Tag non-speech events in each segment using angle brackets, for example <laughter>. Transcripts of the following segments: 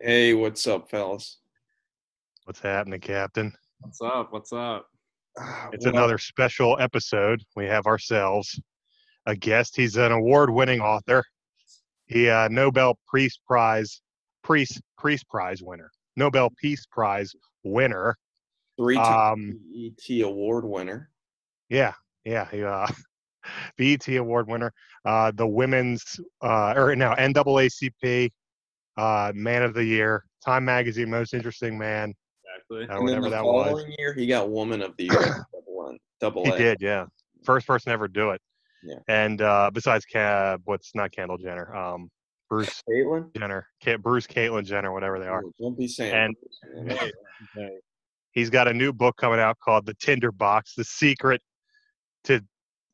Hey, what's up, fellas? What's happening, Captain? What's up? What's up? Ah, It's well, another special episode. We have ourselves a guest. He's an award-winning author. He uh, Nobel Peace Prize, Priest Peace Prize winner, Nobel Peace Prize winner. three-time Um, BET E award winner. yeah, yeah, he, uh, <laughs> BET award winner, uh, the women's uh, or no NAACP uh, Man of the Year, Time Magazine Most Interesting Man, Exactly. uh, and then whatever the that was. following year, he got Woman of the <coughs> Year, double N, double He A. did, yeah. First person to ever do it. Yeah. And uh, besides, Ca- what's not Kendall Jenner? Um, Bruce Caitlin? Jenner, Ca- Bruce Caitlin Jenner, whatever they are. Oh, Don't be saying. And- <laughs> He's got a new book coming out called "The Tinder Box: The Secret to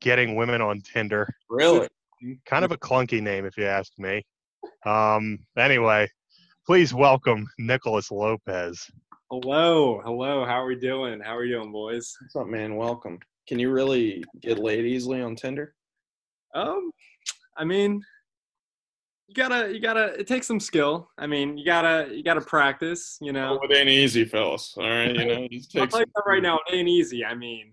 Getting Women on Tinder." really? Kind of a clunky name, if you ask me. Um, anyway, please welcome Nicholas Lopez. Hello, hello. How are we doing? How are you doing, boys? What's up, man? Welcome. Can you really get laid easily on Tinder? Um, I mean, you gotta, you gotta. It takes some skill. I mean, you gotta, you gotta practice. You know, Oh, it ain't easy, fellas. All right, you know, <laughs> just I'll tell you that right now, it ain't easy. I mean,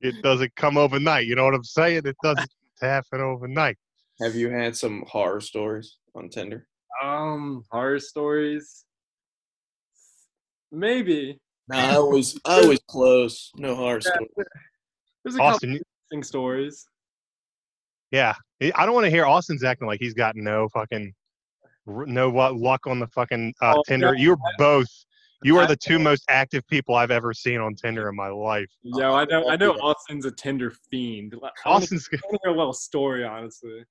It doesn't come overnight. You know what I'm saying? It doesn't happen overnight. Have you had some horror stories on Tinder? um, horror stories. Maybe No, I was I was close. No horror Yeah. stories. there's a couple Austin, you- interesting stories. Yeah, He- I don't want to hear Austin's acting like he's got no fucking r- no what luck on the fucking uh, Oh, Tinder. You're both. You are I- the two most active people I've ever seen on Tinder in my life. Yo, I know, I know. Austin's a Tinder fiend. I wanna- Austin's I want to hear a little story, honestly.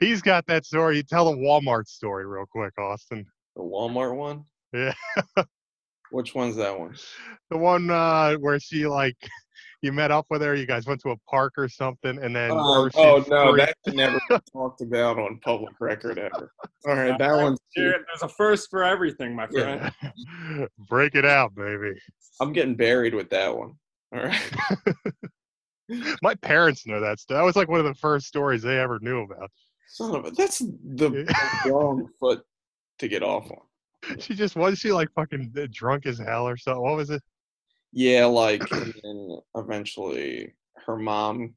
he's got that story. You tell the Walmart story real quick, Austin. The Walmart one. Yeah. Which one's that one? The one uh, where she like <laughs> you met up with her. You guys went to a park or something, and then Uh, Oh, her she oh, no, freaked- that should never be talked about on public record ever. All right, that one's. Dude, there's a first for everything, my Yeah. friend. <laughs> break it out, baby. I'm getting buried with that one. All right. <laughs> My parents know that stuff. That was like one of the first stories they ever knew about. Son of a, that's the wrong foot to get off on. <laughs> She just was she like fucking eh, drunk as hell or something. What was it? Yeah, like, and then eventually her mom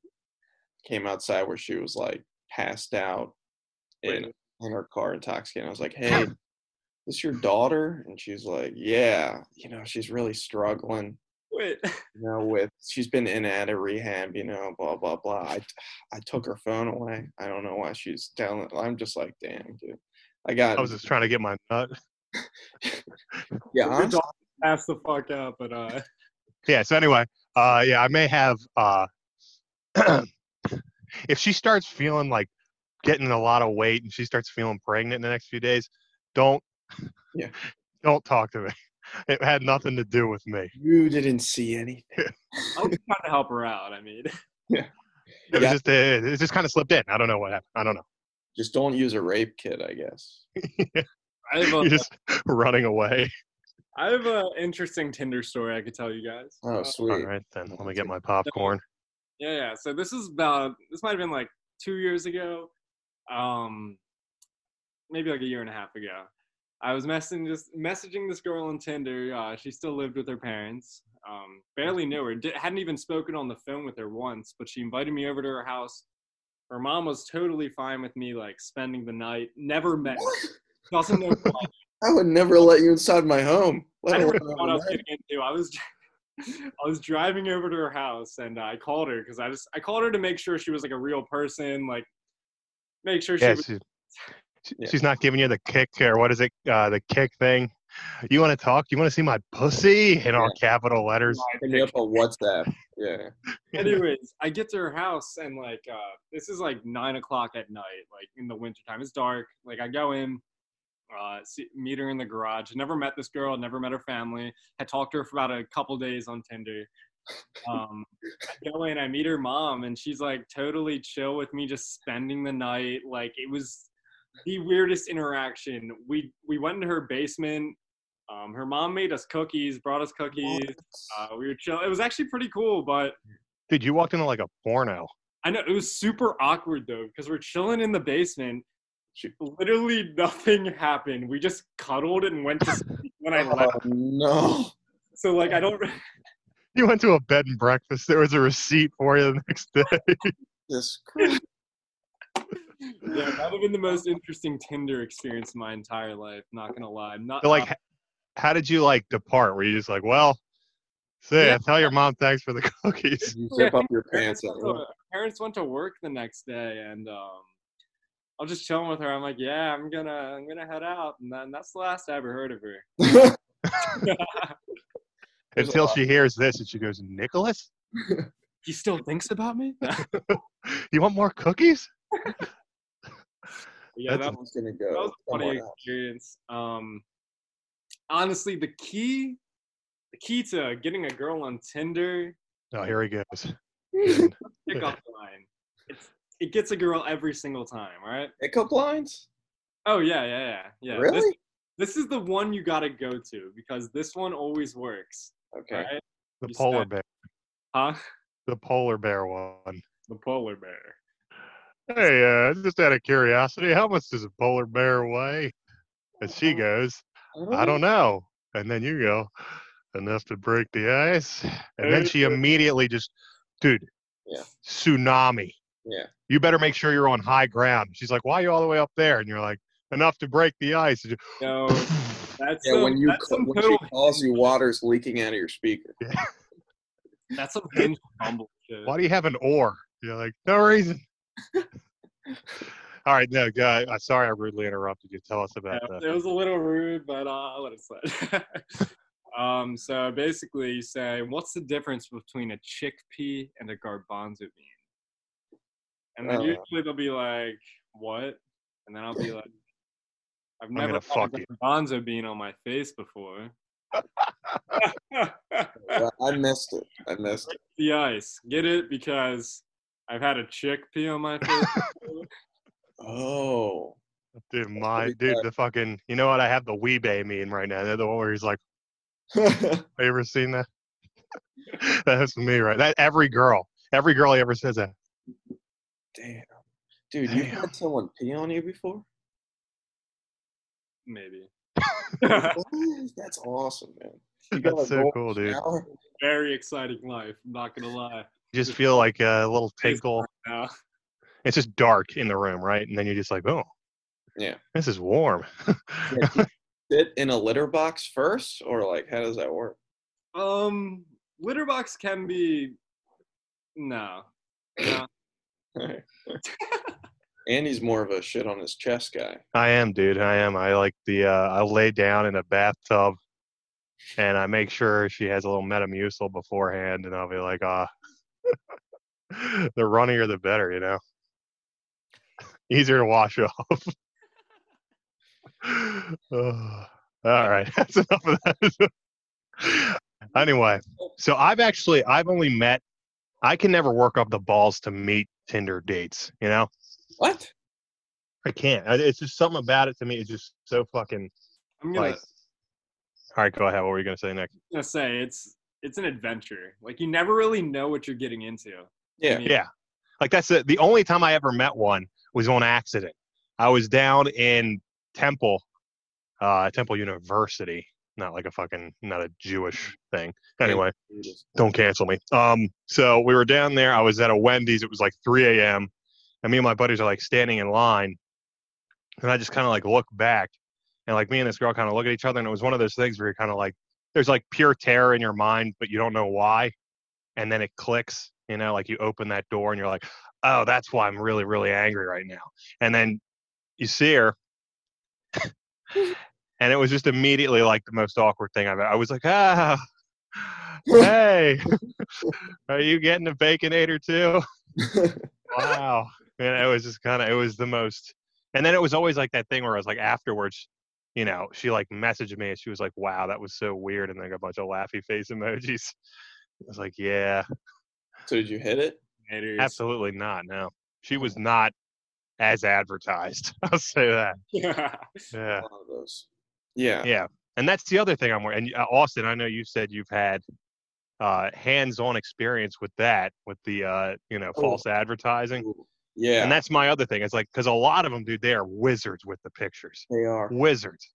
came outside where she was like passed out in, in her car intoxicated. I was like, hey, this your daughter? And she's like, yeah, you know, she's really struggling. Wait. you know, with she's been in and out of rehab, you know, blah blah blah. I, I took her phone away. I don't know why she's down. I'm just like, damn, dude. I got. I was just trying to get my nut. <laughs> yeah, Your honestly, dog ass the fuck out, but uh, Yeah. So anyway, uh, yeah, I may have. Uh, <clears throat> if she starts feeling like getting a lot of weight and she starts feeling pregnant in the next few days, don't. Yeah. <laughs> Don't talk to me. <laughs> It had nothing to do with me. you didn't see anything. I was trying to help her out. I mean, <laughs> It was Yeah. just uh, it just kind of slipped in. I don't know what happened. I don't know. <laughs> Just don't use a rape kit, I guess. I have You're a, just running away. I have an interesting Tinder story I could tell you guys. Oh, Uh, All sweet. right then. Let me get my popcorn. yeah, yeah. So this is about this might have been like two years ago, um, maybe like a year and a half ago. I was messaging just messaging this girl on Tinder. Uh, she still lived with her parents. Um, barely knew her. Did, hadn't even spoken on the phone with her once. But she invited me over to her house. Her mom was totally fine with me like spending the night. Never met. Doesn't know who I I would never let you inside my home. I Let didn't alone really know what I was overnight. getting into. I was, <laughs> I was driving over to her house, and I called her because I just I called her to make sure she was like a real person, like make sure she Yeah, was. she, she- Yeah. she's not giving you the kick or what is it? Uh, the kick thing. You want to talk? You want to see my pussy in all capital letters? Hit me up on WhatsApp. Yeah. <laughs> <laughs> Anyways, <laughs> I get to her house, and like uh, this is like nine o'clock at night, like in the wintertime. It's dark. Like I go in. Uh, see, meet her in the garage. Never met this girl. Never met her family. Had talked to her for about a couple days on Tinder. Um, I go in, I meet her mom, and she's like totally chill with me just spending the night. Like it was the weirdest interaction. We we went into her basement. Um, her mom made us cookies, brought us cookies. Uh, we were chill. It was actually pretty cool, but Dude, you walked into like a porno. I know it was super awkward though because we're chilling in the basement. She, Literally nothing happened. We just cuddled and went to sleep when I oh, <laughs> left. no. So like I don't You went to a bed and breakfast. There was a receipt for you the next day. <laughs> This <laughs> crazy. yeah, that would have been the most interesting Tinder experience of my entire life. Not gonna lie, I'm not uh, So, like, h- how did you like depart? Were you just like, well, say, Yeah. tell your mom thanks for the <laughs> cookies. You Yeah, I zip up your parents pants. <laughs> went, <laughs> to, parents went to work the next day, and um, I was just chilling with her. I'm like, yeah, I'm gonna I'm gonna head out, and then that's the last I ever heard of her. There's a Until lot. she hears this and she goes, Nicholas, He still thinks about me. <laughs> you want more cookies? yeah, That's that I'm just gonna go. that was a somewhere funny else. experience. Um, honestly, the key, the key to getting a girl on Tinder, Oh, here he <laughs> goes. pickup line. It's, it gets a girl every single time, right? Pickup lines? Oh yeah, yeah, yeah, yeah. This- really? This, is the one you gotta go to because this one always works, Okay. right? The You polar said- bear. Huh? The polar bear one. The polar bear. Hey, uh, just out of curiosity, how much does a polar bear weigh? And Oh, she goes, I don't know. And then you go, enough to break the ice. And then she immediately just, dude, Yeah. tsunami. Yeah. You better make sure you're on high ground. She's like, why are you all the way up there? And you're like, enough to break the ice. And No, you- that's Yeah, some, when you that's cl- some when she total- calls you, water's leaking out of your speaker. that's some hinge fumble <laughs> shit. why do you have an oar? You're like, no reason. <laughs> all right, no, guy. I'm sorry I rudely interrupted you. Tell us about Yeah, that. it was a little rude, but uh, I'll let it slide. <laughs> um, so basically, you say, what's the difference between a chickpea and a garbanzo bean? And then Uh. Oh. usually they'll be like, what? And then I'll be like, I've never gonna had fuck a you." garbanzo bean on my face before. <laughs> Well, I missed it. I missed it. the ice. Get it? Because I've had a chickpea on my face. <laughs> before. Oh. Dude, my pretty dude, good. the fucking, you know what? I have the Weebay meme right now. They're the one where he's like, That's Have you ever seen that? <laughs> That's me, right? That every girl, every girl ever says that. Damn. Dude, you Damn. had someone pee on you before? Maybe. <laughs> That's awesome, <laughs> man. You That's gotta so go in cool, the dude. shower. Very exciting life. I'm not going to lie. You just feel like a little Face tinkle. Now. It's just dark in the room, right? And then you're just like, oh, Yeah. this is warm. Yeah, do you Sit in a litter box first, or like, how does that work? Um, litter box can be no. no. <laughs> Andy's more of a shit on his chest guy. I am, dude. I am. I like the. Uh, I lay down in a bathtub, and I make sure she has a little Metamucil beforehand, and I'll be like, ah, <laughs> the runnier the better, you know. <laughs> Easier to wash <laughs> off. <sighs> Ugh. all right, <laughs> that's enough of that. <laughs> anyway, so I've actually I've only met. I can never work up the balls to meet Tinder dates, you know. What? I can't. I- It's just something about it to me. It's just so fucking I'm gonna, like. All right, go ahead. What were you gonna say next? gonna say it's it's an adventure. Like you never really know what you're getting into. I Yeah. mean, Yeah. Like that's the the only time I ever met one was on accident. I was down in Temple, uh, Temple University. Not like a fucking not a Jewish thing. Anyway, don't cancel me. Um, so we were down there. I was at a Wendy's. It was like 3 a.m. And me and my buddies are like standing in line, and I just kind of like look back, and like me and this girl kind of look at each other, and it was one of those things where you're kind of like, there's like pure terror in your mind, but you don't know why, and then it clicks. You know, like you open that door, and you're like, oh, that's why I'm really, really angry right now. And then you see her. And it was just immediately like the most awkward thing I've. I was like, ah, hey, are you getting a baconator too? Wow. And it was just kind of, it was the most, and then it was always like that thing where I was like, afterwards, you know, she like messaged me and she was like, wow, that was so weird. And like a bunch of laughy face emojis. I was like, yeah, so did you hit it? haters. <laughs> absolutely not. No, she was not as advertised. <laughs> I'll say that. Yeah. Yeah. One of those. Yeah. Yeah, and that's the other thing I'm worried. And uh, Austin, I know you said you've had uh, hands-on experience with that, with the uh, you know Oh. false advertising. Ooh, Yeah, And that's my other thing. It's like because a lot of them, dude, they are wizards with the pictures. they are. Wizards.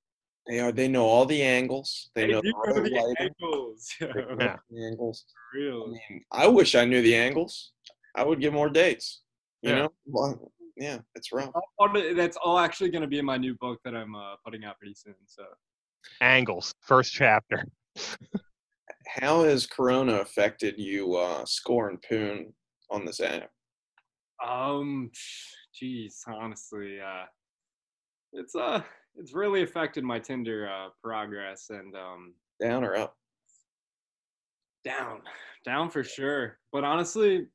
They are. They know all the angles. They Hey, know you all the the lighting. angles. <laughs> They Uh-huh. yo, know the angles. I real. mean, I wish I knew the angles. I would get more dates. You Yeah. know? Well, yeah, it's rough. All- all the- That's all actually going to be in my new book that I'm uh, putting out pretty soon. So Angles. First chapter. <laughs> How has Corona affected you uh, score and poon on this app? Um, geez, honestly, uh, it's uh, it's really affected my Tinder uh, progress and um, Down or up? down, down for sure. But honestly,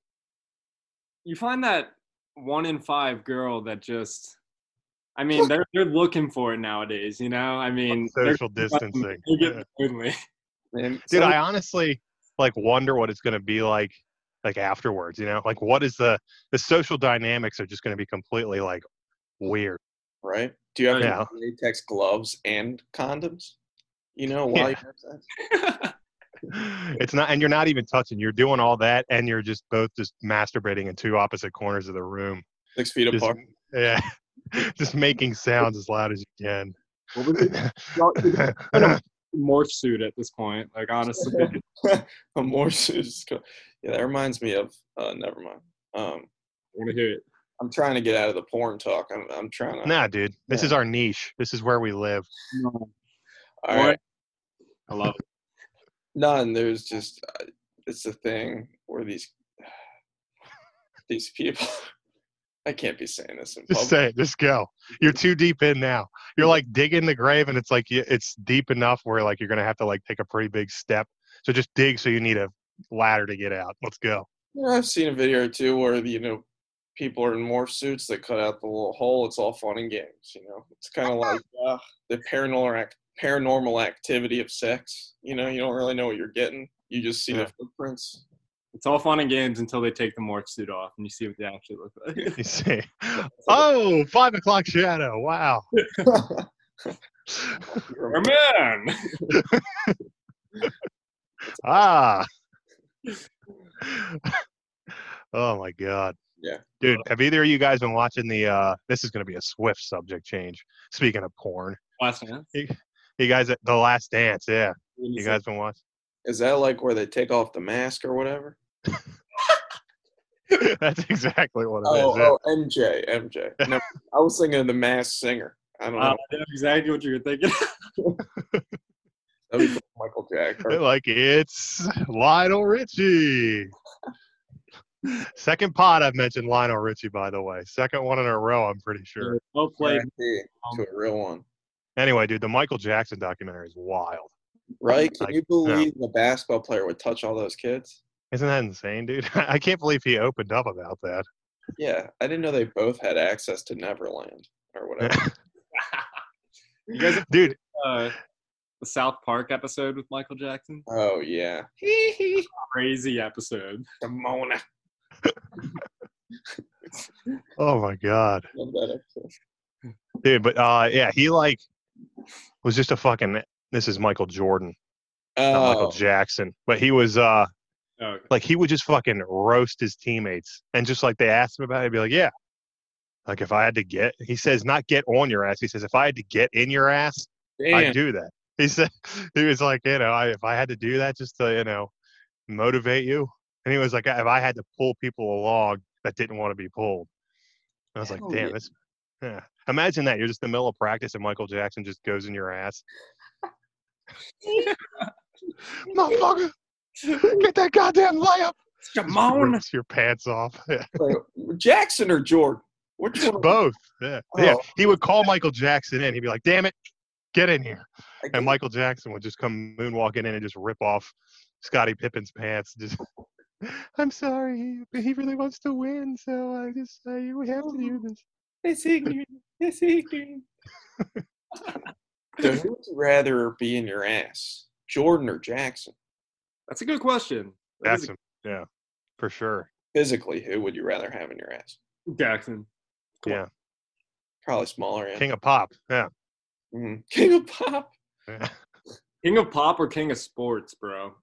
you find that one in five girl that just, I mean, they're they're looking for it nowadays. You know, I mean, they're- Social distancing. They're Yeah. getting <laughs> lonely. And Dude, so- I honestly like wonder what it's gonna be like like afterwards, you know? Like what is the the social dynamics are just gonna be completely like weird. right? Do you have Yeah. any latex gloves and condoms? You know, while you have sex? It's not and you're not even touching. You're doing all that and you're just both just masturbating in two opposite corners of the room. Six feet Just, apart. <laughs> yeah. <laughs> just making sounds as loud as you can. What would it- y'all- it'd <laughs> be a Morph suit at this point, like honestly. A Morse is co- <laughs> Yeah, that reminds me of. Uh, never mind. Um, I want to hear it. I'm trying to get out of the porn talk. I'm, I'm trying to. nah, dude. This Yeah. is our niche. This is where we live. All right. I love it. None. There's just uh, it's a thing where these <sighs> these people. <laughs> I can't be saying this in public. Just say it. Just go. You're too deep in now. You're like digging the grave, and it's like you- it's deep enough where like you're gonna have to like take a pretty big step. So just dig. So you need a ladder to get out. Let's go. <laughs> You know, I've seen a video or two where you know people are in morph suits. They cut out the little hole. It's all fun and games. You know, it's kind of like uh, the paranormal act, paranormal activity of sex. You know, you don't really know what you're getting. You just see Yeah. the footprints. <laughs> It's all fun and games until they take the morph suit off and you see what they actually look <laughs> like. You see. Oh, five o'clock shadow. Wow. Our man! <laughs> Ah. <laughs> oh my god. Yeah. Dude, have either of you guys been watching the? uh This is gonna be a swift subject change. Speaking of porn, Last man. you guys, uh, The Last Dance. Yeah. You guys been watching? Is that like where they take off the mask or whatever? <laughs> That's exactly what it is. Oh, yeah. oh, MJ, <laughs> MJ. No, I was thinking of the masked singer. I don't Uh, know. I know exactly what you were thinking. Uh, That'd be Michael <laughs> Jack. They're Or, like it's Lionel Richie. Second pod I've mentioned Lionel Richie, by the way. Second one in a row, I'm pretty sure. Well played. RIP Um, to a real one. Anyway, dude, the Michael Jackson documentary is wild. Right? Can Like, you believe the basketball player would touch all those kids? Isn't that insane, dude? <laughs> I can't believe he opened up about that. Yeah, I didn't know they both had access to Neverland or whatever. <laughs> You guys have, dude, uh, the South Park episode with Michael Jackson? oh yeah, Crazy episode. Demona. oh my god. Love that episode. Dude, but uh yeah, he like was just a fucking this is Michael Jordan, not Oh, Michael Jackson. But he was uh Oh, like he would just fucking roast his teammates and just like they asked him about it, he'd be like, Yeah. Like if I had to get he says not get on your ass. He says if I had to get in your ass, I'd damn. do that. He said <laughs> he was like, you know, I, if I had to do that just to, you know, motivate you. And he was like, if I had to pull people along that didn't want to be pulled. I was like, Hell damn, yeah. this yeah. Imagine that. You're just in the middle of practice and Michael Jackson just goes in your ass. <laughs> Motherfucker, get that goddamn layup. come Just rips your pants off. Yeah. Wait, Jackson or Jordan? Which one? Both. Yeah. yeah. Oh. He would call Michael Jackson in. He'd be like, damn it, get in here. I And can't- Michael Jackson would just come moonwalking in and just rip off Scottie Pippen's pants. Just, <laughs> I'm sorry, but he really wants to win, so I just uh, you have to do this. It's ignorant. It's ignorant. so who would you rather be in your ass, Jordan or Jackson? That's a good question. That is a- Jackson, yeah, for sure. Physically, who would you rather have in your ass? Jackson. Come on. yeah, Probably smaller. Yeah. King of Pop. Yeah, Mhm. <laughs> King of Pop. yeah. King of pop or king of sports, bro?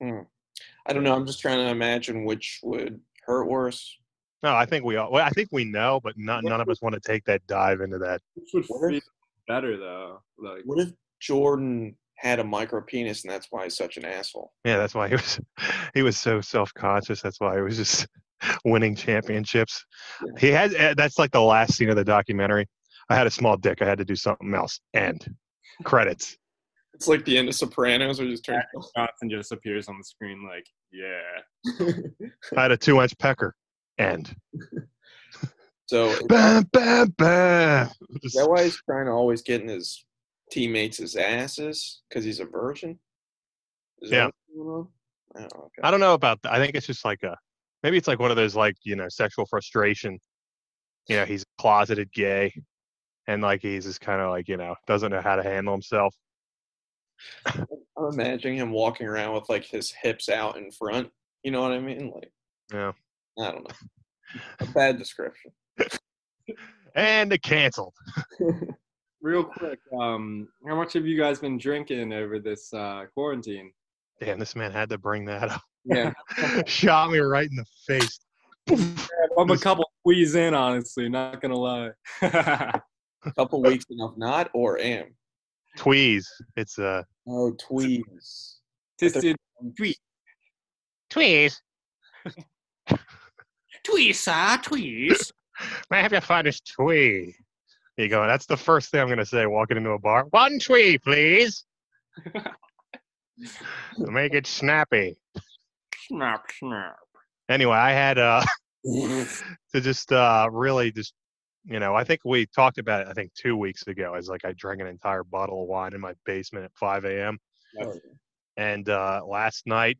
I don't know. I'm just trying to imagine which would hurt worse. No, I think we all. Well, I think we know, but not, none of us want to take that dive into that. Which would What feel if- better though. Like What if Jordan had a micro penis and that's why he's such an asshole? Yeah, that's why he was. <laughs> He was so self conscious. That's why he was just <laughs> winning championships. He had. eh, That's like the last scene of the documentary. I had a small dick. I had to do something else. End. Credits. It's like the end of Sopranos, where he just turns. Johnson just appears on the screen like, yeah. I had a two inch pecker. End. <laughs> So is that, Bam, bam, bam. is that why he's trying to always get in his teammates' his asses because he's a virgin? Is that Yeah. what's going on? Oh, okay. I don't know about that. I think it's just like a maybe it's like one of those like you know sexual frustration. You know, he's closeted gay, and like he's just kind of like you know doesn't know how to handle himself. I'm imagining him walking around with like his hips out in front. You know what I mean? Like, Yeah. I don't know. A bad description. And it canceled. Real quick, um, how much have you guys been drinking over this uh, quarantine? Damn, this man had to bring that Yeah. <laughs> up. Shot me right in the face. Poof. I'm a couple squeeze in, honestly. Not gonna lie. <laughs> A couple weeks enough, not or am. Tweeze. It's uh Oh, <laughs> tweez. Tasted tweeze. tweets, ah, tweets. May I have your finest twee? There you go. That's the first thing I'm gonna say walking into a bar. One twee, <laughs> please. Make it snappy. snap, snap. anyway, I had uh <laughs> to just uh really just you know, I think we talked about it I think two weeks ago as like I drank an entire bottle of wine in my basement at five AM. And uh last night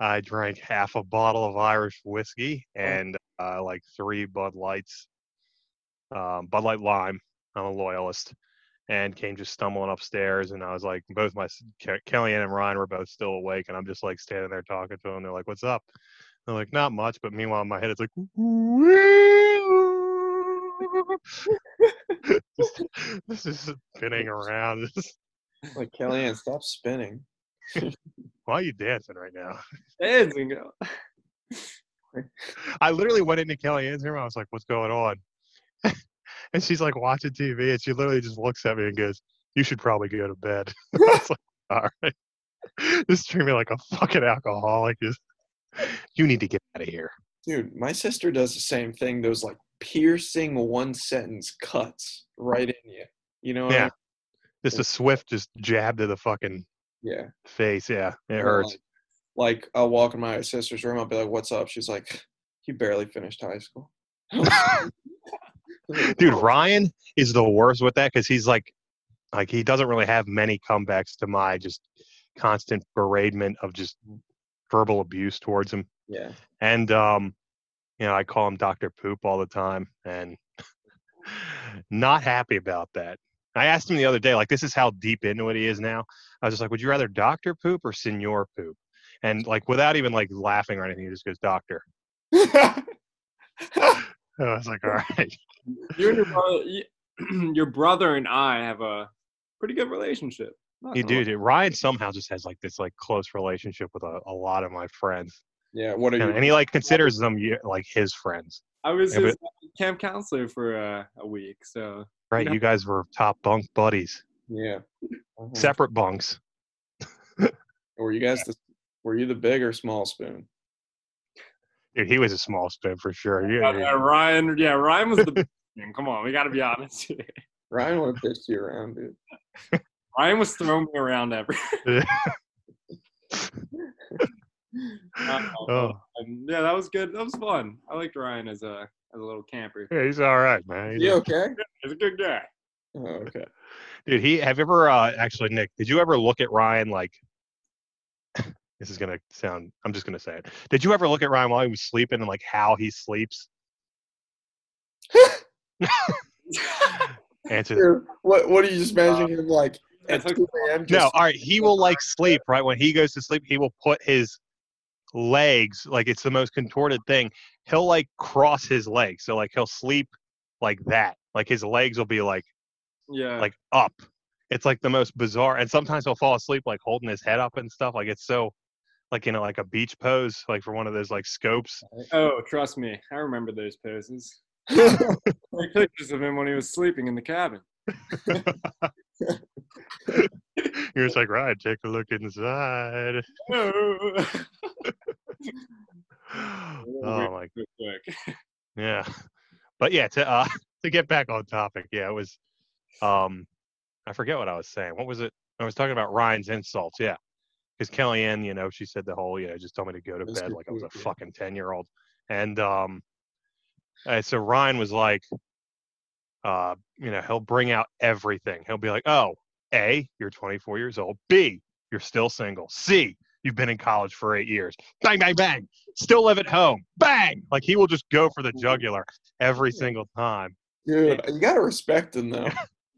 I drank half a bottle of Irish whiskey and uh like three Bud Lights. Um Bud Light Lime. I'm a loyalist. And came just stumbling upstairs, and I was like, both my Ke- Kellyanne and Ryan were both still awake, and I'm just like standing there talking to them. They're like, "What's up?" They're like, not much, but meanwhile, in my head, it's like, <laughs> Just- this is spinning around. <laughs> like Kellyanne, stop spinning. Why are you dancing right now? Dancing girl. I literally went into Kellyanne's room. I was like, what's going on? <laughs> and she's like watching TV, and she literally just looks at me and goes, you should probably go to bed. <laughs> I was like, all right. Just treat me like a fucking alcoholic. Just, you need to get out of here. Dude, my sister does the same thing. Those like piercing one sentence cuts right in you. You know? what I Yeah. mean? Just a swift, just jab to the fucking Yeah. face. Yeah, it Or, hurts. Like, like, I'll walk in my sister's room. I'll be like, "What's up?" She's like, "You barely finished high school." Dude, Ryan is the worst with that because he's like, like he doesn't really have many comebacks to my just constant beratement of just verbal abuse towards him. Yeah. And um, you know, I call him Doctor Poop all the time, and <laughs> not happy about that. I asked him the other day, like, this is how deep into it he is now. I was just like, would you rather Doctor Poop or Senor Poop? And like, without even like laughing or anything, he just goes Doctor. <laughs> And I was like, all right, You <clears throat> and your brother, you- your brother and I have a pretty good relationship. <laughs> Not you gonna do. Dude. Ryan somehow just has like this like close relationship with a, a lot of my friends, <laughs> yeah. What are and, you? and he like considers them yeah, like his friends. lie. I was Yeah, but- his uh, camp counselor for uh, a week, so Right, Yeah. you guys were top bunk buddies, yeah. Mhm. separate bunks. Were you guys the? Were you the big or small spoon? Dude, he was a small spoon for sure. You- Uh, uh, Ryan, yeah, Ryan was <laughs> the. Come on, we got to be honest. here. Ryan would have pissed you around, dude. Ryan was throwing me around every. <laughs> oh, Um, yeah, that was good. That was fun. I liked Ryan as a as a little camper. yeah, he's all right, man. He's You a- okay? He's a good guy. Oh, okay. Dude, he have you ever uh, actually Nick? Did you ever look at Ryan like? <laughs> this is gonna sound. I'm just gonna say it. Did you ever look at Ryan while he was sleeping and like how he sleeps? <laughs> Answer. that. Dude, what What are you just mentioning? him like at That's two a.m. Uh, No, Just, all right. He will like sleep right when he goes to sleep. He will put his legs like it's the most contorted thing. He'll like cross his legs, so like he'll sleep like that. Like his legs will be like Yeah. <laughs> like up. It's like the most bizarre. And sometimes he'll fall asleep like holding his head up and stuff. Like it's so like in a, like a beach pose, like for one of those like scopes. Oh, trust me, I remember those poses. <laughs> Take pictures of him when he was sleeping in the cabin. You're just like, right, take a look inside. <laughs> Oh. Oh Weird my real quick. Yeah. <laughs> But yeah, to uh <laughs> to get back on topic, yeah, it was um I forget what I was saying. What was it? I was talking about Ryan's insults, yeah. Because Kellyanne, you know, she said the whole, you know, just told me to go to Mr. bed like I was a Poop, yeah. fucking ten year old. And um uh, so Ryan was like uh, you know, he'll bring out everything. He'll be like, Oh, A, you're twenty four years old, B, you're still single, C, you've been in college for eight years. Bang, bang, bang. Still live at home. Bang. Like he will just go for the jugular every single time. Dude, you gotta respect him <laughs> though.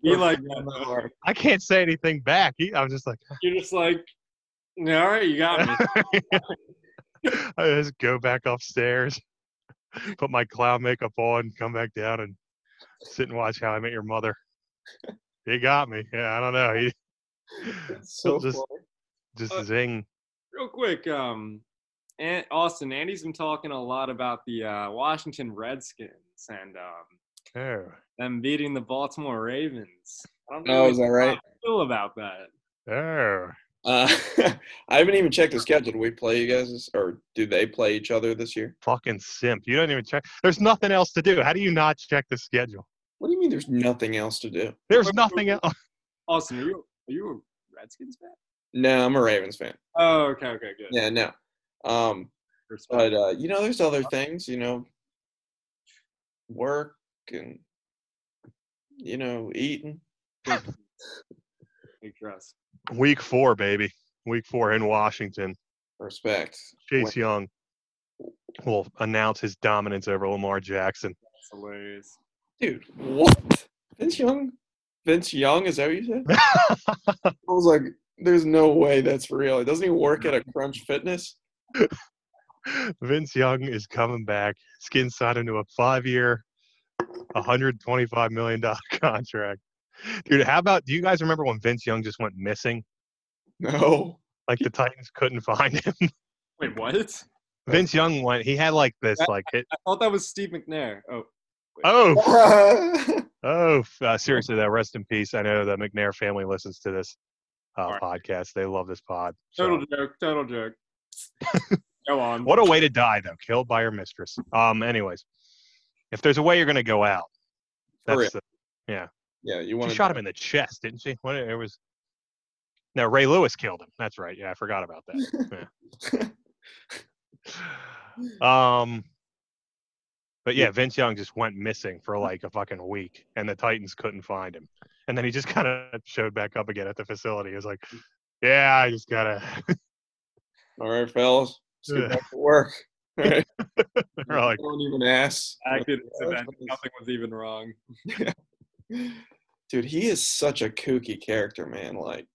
You like uh, I can't say anything back. He, I was just like, <laughs> you're just like, all right, you got <laughs> me. I just go back upstairs, <laughs> put my clown makeup on, come back down, and sit and watch How I Met Your Mother. He got me. Yeah, I don't know. He so just- funny. just Uh, zing. Real quick, um, and Austin, Andy's been talking a lot about the uh, Washington Redskins and um, Oh, them beating the Baltimore Ravens. I don't Oh, really is that right? feel about that. oh. Uh, <laughs> I haven't even checked the schedule. Do we play you guys, this- or do they play each other this year? Fucking simp. You don't even check. There's nothing else to do. How do you not check the schedule? What do you mean? There's nothing else to do? There's nothing else. Austin, are you are you a Redskins fan? No, I'm a Ravens fan. Oh, okay, okay, good. Yeah, no. Um, but Respect. uh, you know, there's other things. You know, work and you know, eating. Big trust. <laughs> Week four, baby. Week four in Washington. Respect. Chase Young will announce his dominance over Lamar Jackson. <laughs> That's hilarious. Dude, what? Vince Young? Vince Young? Is that what you said? <laughs> I was like, there's no way that's real. Doesn't he work at a Crunch Fitness? Vince Young is coming back. Skin signed into a five-year, 125 million dollar <laughs> contract. Dude, how about? Do you guys remember when Vince Young just went missing? No. <laughs> Like the Titans couldn't <laughs> find him. Wait, what? Vince Young went. He had like this, like <laughs> it, I thought that was Steve McNair. Oh, oh, Dude, Oh, f- uh, seriously, though, rest in peace. I know the McNair family listens to this uh, Alright. podcast. They love this pod. total So. joke. Total joke. <laughs> Go on. What a way to die, though. Killed by your mistress. Um. Anyways, if there's a way you're going to go out, For that's the, yeah, you want she to shot him in the chest, didn't she? What it was. No, Ray Lewis killed him. That's right. Yeah, I forgot about that. <laughs> Yeah. um. But yeah, Vince Young just went missing for like a fucking week, and the Titans couldn't find him. And then he just <laughs> kind of showed back up again at the facility. He was like, "Yeah, I just gotta." <laughs> All right, fellas, let's Yeah. get back to work. <laughs> All right. They're <laughs> like, Don't even ask. acted as if That's what nothing was even wrong. Dude, he is such a kooky character, man. Like,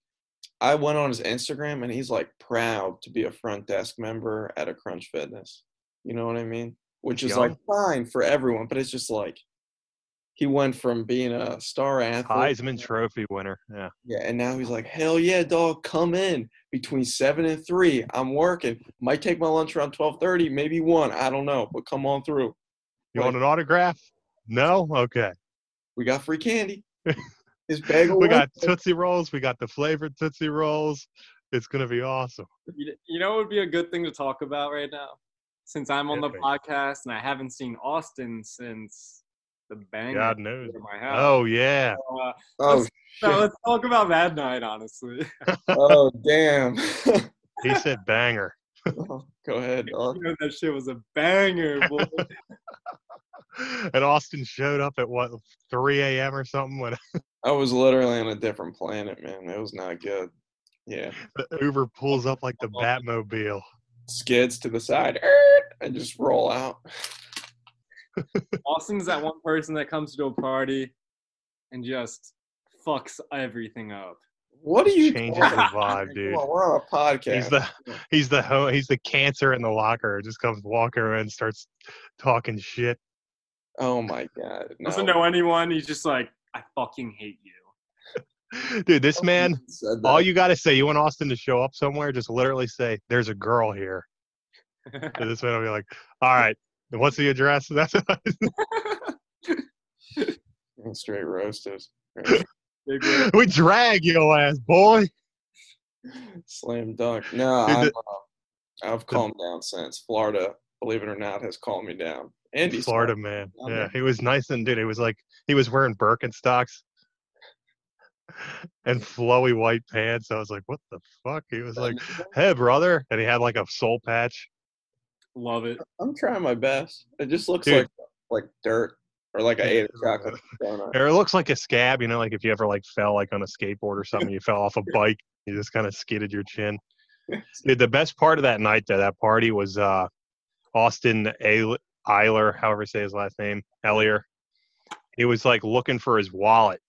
I went on his Instagram and he's like proud to be a front desk member at a Crunch Fitness. You know what I mean? Which is Young. like fine for everyone, but it's just like he went from being a star athlete, Heisman Trophy winner. Yeah. yeah, and now he's like, hell yeah, dog, come in between seven and three. I'm working. Might take my lunch around twelve thirty, maybe one. I don't know, but come on through. You Like- want an autograph? No. Okay. We got free <laughs> candy. His bagel. we was- got Tootsie Rolls. We got the flavored Tootsie Rolls. It's gonna be awesome. You, you know, it would be a good thing to talk about right now, since I'm on the Okay. podcast and I haven't seen Austin since the bang God knows. my house. Oh yeah. So, uh, Oh, so shit. let's talk about that night, honestly. <laughs> oh damn. <laughs> He said banger. Oh, <laughs> Go ahead, dog. You know, that shit was a banger, boy. And Austin showed up at what 3 a.m. or something when <laughs> I was literally on a different planet, man. It was not good. Yeah. the Uber pulls up like the Batmobile. Skids to the side. "Err," And just roll out. Austin's that one person that comes to a party and just fucks everything up. What are <laughs> you Changes the <laughs> talking about? vibe, dude. Come on, we're on a podcast. He's the he's the ho- he's the cancer in the locker. Just comes walking around and starts talking shit. oh my god. No. <laughs> Doesn't know anyone. He's just like, I fucking hate you. <laughs> Dude, this man, Said that. all you got to say, you want Austin to show up somewhere, just literally say, there's a girl here. And this man will be like, all right, what's the address? <laughs> That's Fucking straight roasted. Big win. we drag your ass, boy. Slam <laughs> dunk. No, Dude, I'm, the- uh, I've calmed down since Florida. Believe it or not, has calmed me down. Andy, Florida man. I'm Yeah, in. he was nice and dude. It was like he was wearing Birkenstocks <laughs> and flowy white pants. I was like, what the fuck? He was like, hey, brother. And he had like a soul patch. Love it. I'm trying my best. It just looks Dude. like like dirt or like I ate a chocolate <laughs> donut. Or it looks like a scab, you know, like if you ever like fell like on a skateboard or something, you fell off a bike, you just kind of skidded your chin. <laughs> Dude, the best part of that night, though, that party was uh, Austin Ayl- Eiler, however you say his last name, Ellier. He was like looking for his wallet,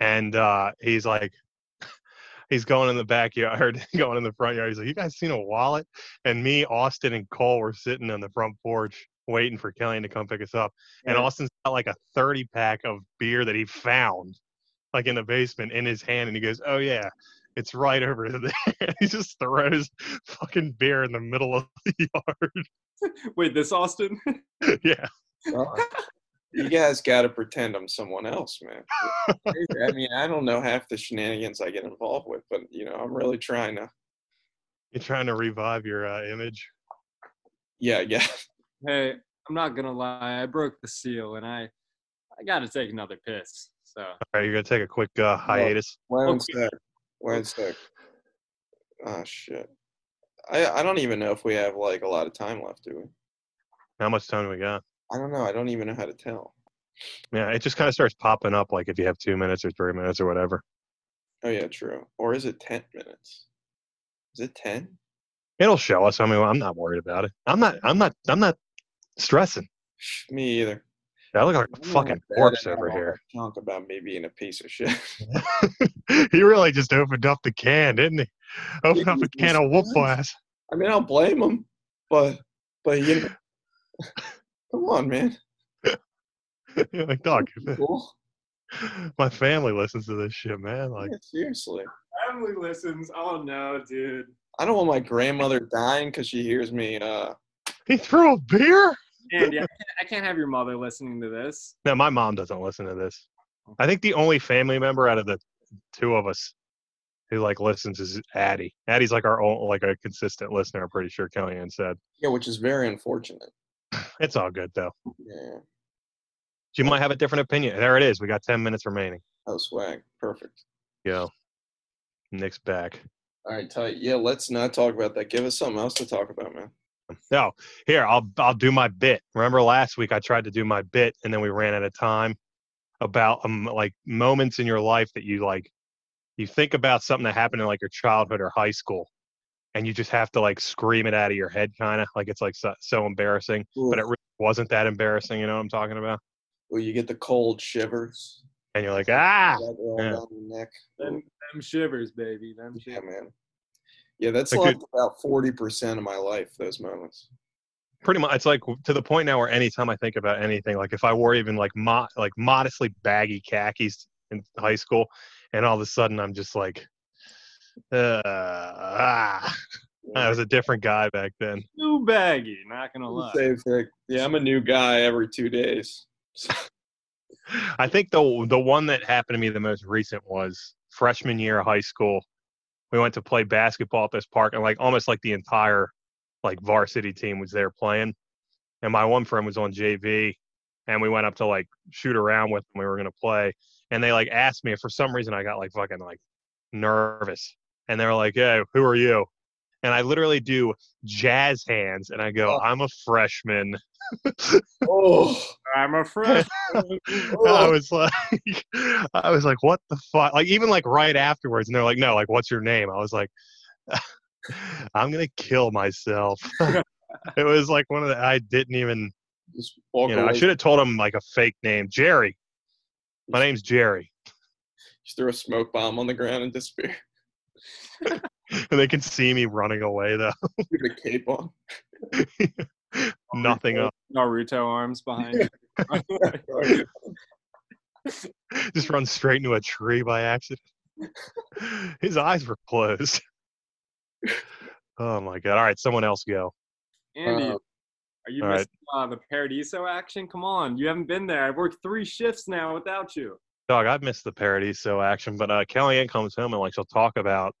and uh, he's like, <laughs> he's going in the backyard, <laughs> going in the front yard. He's like, "You guys seen a wallet?" And me, Austin, and Cole were sitting on the front porch waiting for Kelly to come pick us up. And Right. Austin's got like a thirty pack of beer that he found, like in the basement, in his hand, and he goes, "Oh yeah." It's right over <laughs> there. he just throws fucking beer in the middle of <laughs> the Wait, this Austin? yard. yeah. you guys got to pretend I'm someone else, man. I mean, I don't know half the shenanigans I get involved with, but you know, I'm really trying to. You're trying to revive your uh, image. Yeah, yeah. <laughs> hey, I'm not gonna lie, I broke the seal and I I gotta take another piss. So All right, you're going to take a quick uh, hiatus. One Okay. sec. One sec. Oh shit. I I don't even know if we have like a lot of time left, do we? How much time do we got? I don't know. I don't even know how to tell. Yeah, it just kind of starts popping up like if you have two minutes or three minutes or whatever. Oh yeah, true. Or is it ten minutes? Is it ten? <sighs> It'll show us. I mean, I'm not worried about it. I'm not, I'm not, I'm not stressing. Me either. I look like I'm not a fucking bad corpse at over all. here. Talk about me being a piece of shit. <laughs> he really just opened up the can, didn't he? Opened up a can of whoop ass. I mean, I don't blame him, but but you know, <laughs> come on, man. <laughs> like, dog, Cool. my family listens to this shit, man. <laughs> Like, Yeah, seriously. Emily listens. Oh no, dude. I don't want my grandmother dying because she hears me. Uh, he threw a beer? Andy, I can't, I can't have your mother listening to this. No, my mom doesn't listen to this. I think the only family member out of the two of us who like listens is Addie. Addie's like our own, like a consistent listener. I'm pretty sure Kellyanne said yeah, which is very unfortunate. it's all good though. Yeah. She might have a different opinion. There it is. We got ten minutes remaining. Oh, swag. Perfect. Yo, Nick's back. All right, tight. Yeah, let's not talk about that. Give us something else to talk about, man. No, here I'll I'll do my bit. Remember last week I tried to do my bit and then we ran out of time about um like moments in your life that you like you think about something that happened in like your childhood or high school and you just have to like scream it out of your head kind of like it's like so, so embarrassing but it really wasn't that embarrassing you know what I'm talking about Well, you get the cold shivers. and you're like ah That roll Yeah. down your neck. Them, them shivers, baby. Them Yeah, shivers. man. Yeah, that's Like, like about forty percent of my life. Those moments. pretty much it's like to the point now where anytime I think about anything, like if I wore even like mo- like modestly baggy khakis in high school, and all of a sudden I'm just like, uh, ah, I was a different guy back then. Too baggy, not gonna lie. Same thing. Yeah, I'm a new guy every two days. <laughs> I think the the one that happened to me the most recent was freshman year of high school. We went to play basketball at this park, and like almost like the entire like varsity team was there playing. And my one friend was on JV, and we went up to like shoot around with them. We were gonna play, and they like asked me if for some reason I got like fucking like nervous, and they were like, "Hey, who are you?" And I literally do jazz hands, and I go, Oh. "I'm a freshman." oh, I'm a fresh. <laughs> I was like, <laughs> I was like, what the fuck? Like even like right afterwards, and they're like, no, like what's your name? I was like, <laughs> I'm gonna kill myself. <laughs> it was like one of the I didn't even, just walk you know, I away. should have told him like a fake name, Jerry. My name's Jerry, <laughs> Just throw a smoke bomb on the ground and disappear. and they can see me running away though, <laughs> Put a cape on. nothing up. <laughs> Naruto arms behind you. Right. Just runs straight into a tree by accident. <laughs> His eyes were closed. <laughs> Oh my god! All right, someone else go. Andy, Uh, are you Uh-huh. all right. missing uh, the Paradiso action? Come on, you haven't been there. I've worked three shifts now without you. Dog, I've missed the parody so action, but uh, Kellyanne comes home and like she'll talk about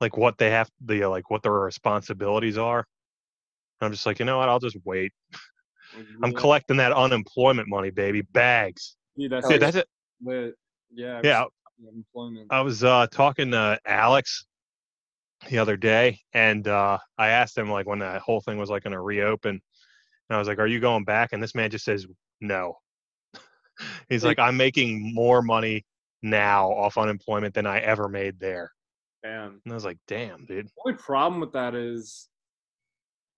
like what they have the uh, like what their responsibilities are. And I'm just like, you know what? I'll just wait. I'm Yeah, collecting that unemployment money, baby. Bags. dude, that's Hell Dude, that's it. lit. Yeah. Yeah, Employment. I was uh, talking to Alex the other day, and uh, I asked him like when that whole thing was like going to reopen, and I was like, "Are you going back?" And this man just says, "No." <laughs> He's like, "I'm making more money now off unemployment than I ever made there," Damn. and I was like, "Damn, dude." The only problem with that is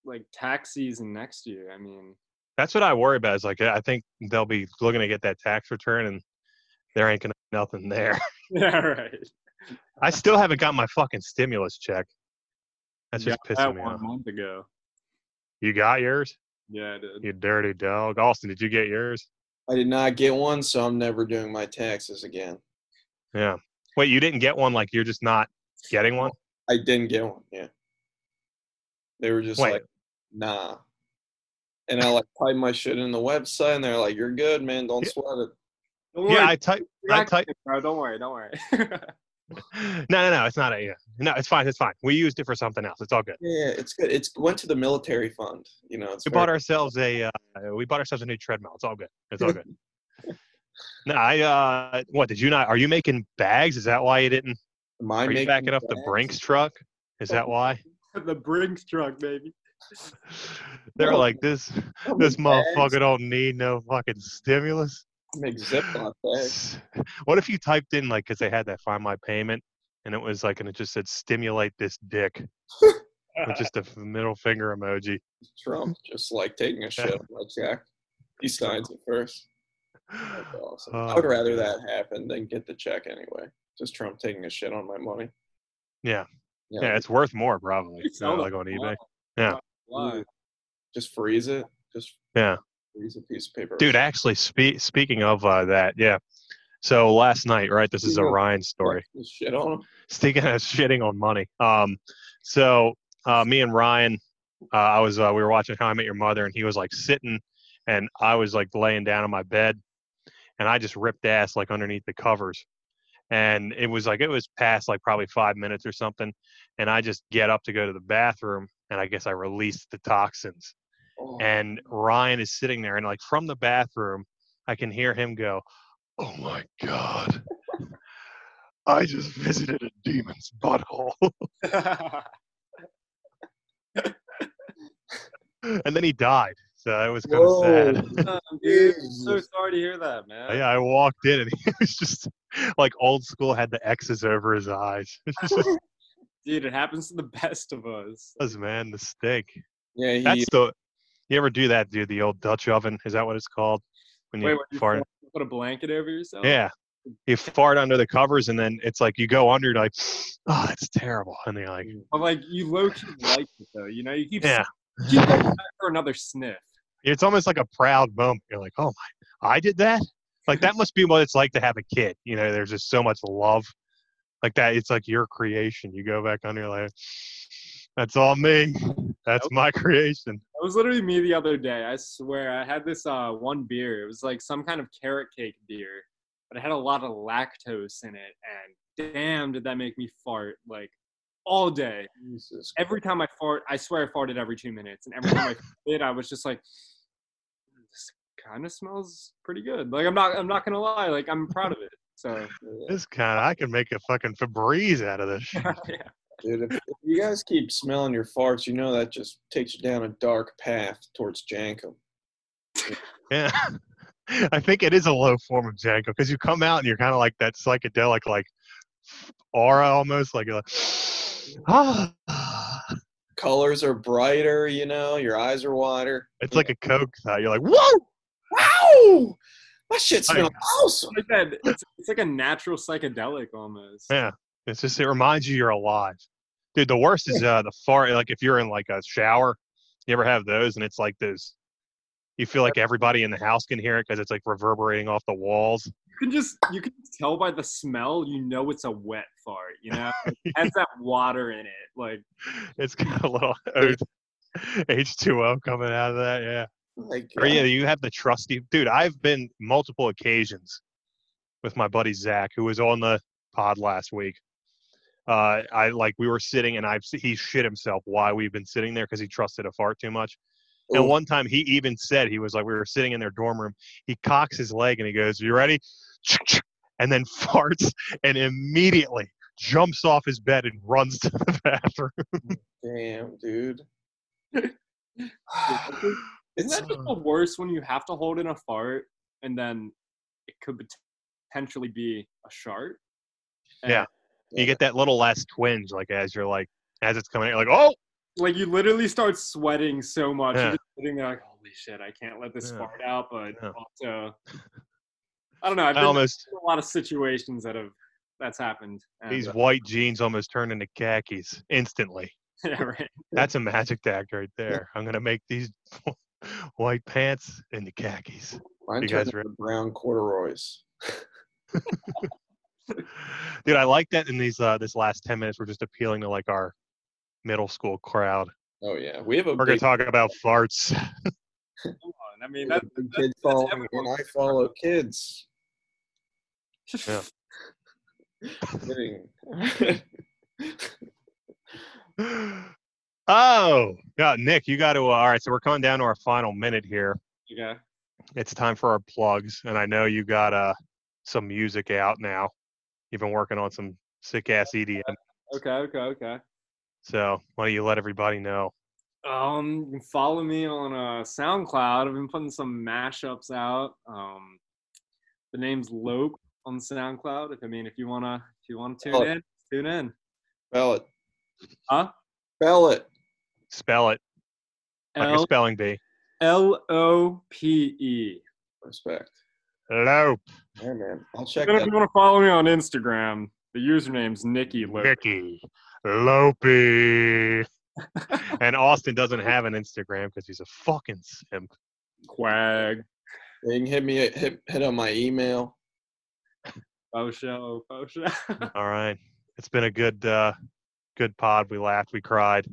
like tax season next year. I mean, <laughs> That's what I worry about. Is like I think they'll be looking to get that tax return, and there ain't gonna be nothing there. <laughs> yeah, right. I still haven't got my fucking stimulus check. That's just Got pissing that me one off. month ago. You got yours? Yeah, I did. You dirty dog. Austin, did you get yours? I did not get one, so I'm never doing my taxes again. Yeah. Wait, you didn't get one? Like you're just not getting one? I didn't get one. Yeah, they were just Wait. like, nah. And I like typed my shit in the website, and they're like, "You're good, man. Don't Yeah. sweat it." Don't worry, Yeah, I type. <gasps> you're I not type- kidding, bro. Don't worry, don't worry. <laughs> No, no, no. It's not a. Yeah. No, it's fine. It's fine. We used it for something else. It's all good. Yeah, it's good. It's went to the military fund. You know, it's We very- bought ourselves a. Uh, we bought ourselves a new treadmill. It's all good. It's all <laughs> good. no, I. Uh, what did you not? Are you making bags? Is that why you didn't? Am I Are you making backing up the bags? Brinks truck? Is that why? <laughs> the Brinks truck, baby. They're No. like this. I'm This making <laughs> bags. motherfucker don't need no fucking stimulus. I make Ziploc bags. <laughs> What if you typed in like because they had that find my payment and it was like and it just said stimulate this dick with <laughs> just a f- middle <laughs> finger emoji. Trump just like taking a shit <laughs> on my check. He signs it first. That's awesome. I would Oh, rather man. that happen than get the check anyway. Just Trump taking a shit on my money. Yeah. Yeah. Yeah, it's worth more probably. It's uh, all like on eBay. Wow. Yeah. Wow. <laughs> Just freeze it. Just Yeah. freeze a piece of paper. Dude, actually spe- speaking of uh, that, yeah. So last night, right? This is a Yeah. Ryan story. Just Shit on him. Speaking of shitting on money, um, so uh, me and Ryan, uh, I was uh, we were watching How I Met Your Mother, and he was like sitting, and I was like laying down on my bed, and I just ripped ass like underneath the covers, and it was like it was past like probably five minutes or something, and I just get up to go to the bathroom, and I guess I released the toxins, Oh, and Ryan is sitting there, and like from the bathroom, I can hear him go, "Oh my god, I just visited a demon's butthole," <laughs> and then he died. So it was kind of sad. <laughs> Whoa. Dude, I'm so sorry to hear that, man. Oh, Yeah, I walked in, and <laughs> he was just like old school, had the X's over his eyes. <laughs> It just Dude, it happens to the <laughs> best of us. was man the stink. yeah, he, That's the. You ever do that, dude? The old Dutch oven is that what it's called? When you Wait, what, you fart? put a blanket over yourself? Yeah. You fart under the covers and then it's like you go under you're like, oh, that's terrible. And you're like, But like you low key like it though. You know, you keep yeah. you keep going back <laughs> for another sniff. It's almost like a proud moment. You're like, oh my, I did that? Like that must be what it's like to have a kid. You know, there's just so much love like that. It's like your creation. You go back under, you're like, that's all me. That's my creation. It was literally me the other day. I swear, I had this uh, one beer. It was like some kind of carrot cake beer, but it had a lot of lactose in it. And damn, did that make me fart like all day. Jesus Every time I fart, I swear I farted every two minutes. And every time I did, I was just like, this kind of smells pretty good. Like I'm not, I'm not gonna lie. Like I'm proud of it. So Christ. This kind of, I can make a fucking Febreze out of this. shit. yeah. Dude, if, if you guys keep smelling your farts, you know that just takes you down a dark path towards Jankum. Yeah. I think it is a low form of Janko because you come out and you're kind of like that psychedelic, like aura almost, like <sighs> you're like, ah. Colors are brighter, you know, your eyes are wider. It's like a Coke thought. You're like, whoa! Wow! My shit Oh, smells awesome. It's like that. It's, it's like a natural psychedelic almost. Yeah. It's just, it reminds you you're alive. Dude, the worst is uh, the fart. Like if you're in like a shower, you ever have those and it's like those, you feel like everybody in the house can hear it because it's like reverberating off the walls. <laughs> can just you can tell by the smell, you know it's a wet fart. You know, it has <laughs> that water in it. Like It's got a little <laughs> H2O coming out of that. Yeah. Like, Or yeah, you have the trusty dude. I've been multiple occasions with my buddy Zach, who was on the pod last week. Uh, I like we were sitting, and I've he shit himself why we've been sitting there because he trusted a fart too much. And Oof. one time he even said he was like we were sitting in their dorm room. He cocks his leg and he goes, "You ready?" And then <laughs> farts and immediately jumps off his bed and runs to the <laughs> bathroom. damn, <laughs> dude. <sighs> Isn't that just the worst when you have to hold in a fart and then it could pot- potentially be a shark? And, Yeah. you get that little last twinge, like as you're like as it's coming, out, you're like, "Oh." Like you literally start sweating so much. Yeah. You're just sitting there like, holy shit, I can't let this Yeah. fart out. But Yeah. <laughs> also, I don't know. I've I been almost in a lot of situations that have that's happened. and, These <laughs> uh, white jeans almost turned into khakis instantly. yeah, right. That's a magic act right there. I'm gonna make these <laughs> white pants into khakis. Mine You turned guys re- into brown corduroys. Dude, I like that in these uh this last ten minutes we're just appealing to like our middle school crowd. Oh yeah, we have a We're gonna big, talk about farts. <gasps> Come on. I mean, we have that's a big kid that's following, and everyone. I follow kids. Yeah. <laughs> Kidding. Oh, yeah, Nick, you gotta uh, all right, so we're coming down to our final minute here. yeah. It's time for our plugs, and I know you got uh some music out now. You've been working on some sick ass EDM. <laughs> Okay, okay, okay. So why don't you let everybody know? Um, you can follow me on uh, SoundCloud. I've been putting some mashups out. Um, the name's Lope on SoundCloud. If I mean, if you wanna, if you wanna tune Oh. in, tune in. Spell it. Huh? Spell it. Spell it like a L spelling bee. L O P E. Respect. Hello, Yeah, man. I'll check And if that. you wanna follow me on Instagram, the username's Nikki Lope. Vicky Lopey. and Austin doesn't have an Instagram because he's a fucking simp. Quag. You can hit me. Hit hit on my email. Faux show. Faux show. All right, it's been a good, uh, good pod. We laughed, we cried,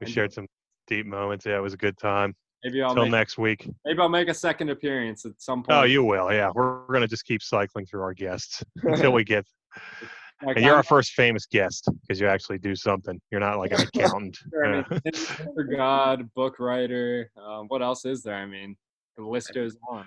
we shared some deep moments. Yeah, it was a good time. <laughs> maybe I'll Until make, next week. maybe I'll make a second appearance at some point. Oh, you will. Yeah, we're, we're gonna just keep cycling through our guests until we get. Like, And you're I'm our first famous guest because you actually do something. You're not like an accountant. sure, I mean, Yeah. Mr. God, book writer. Um, what else is there? I mean, the list goes on.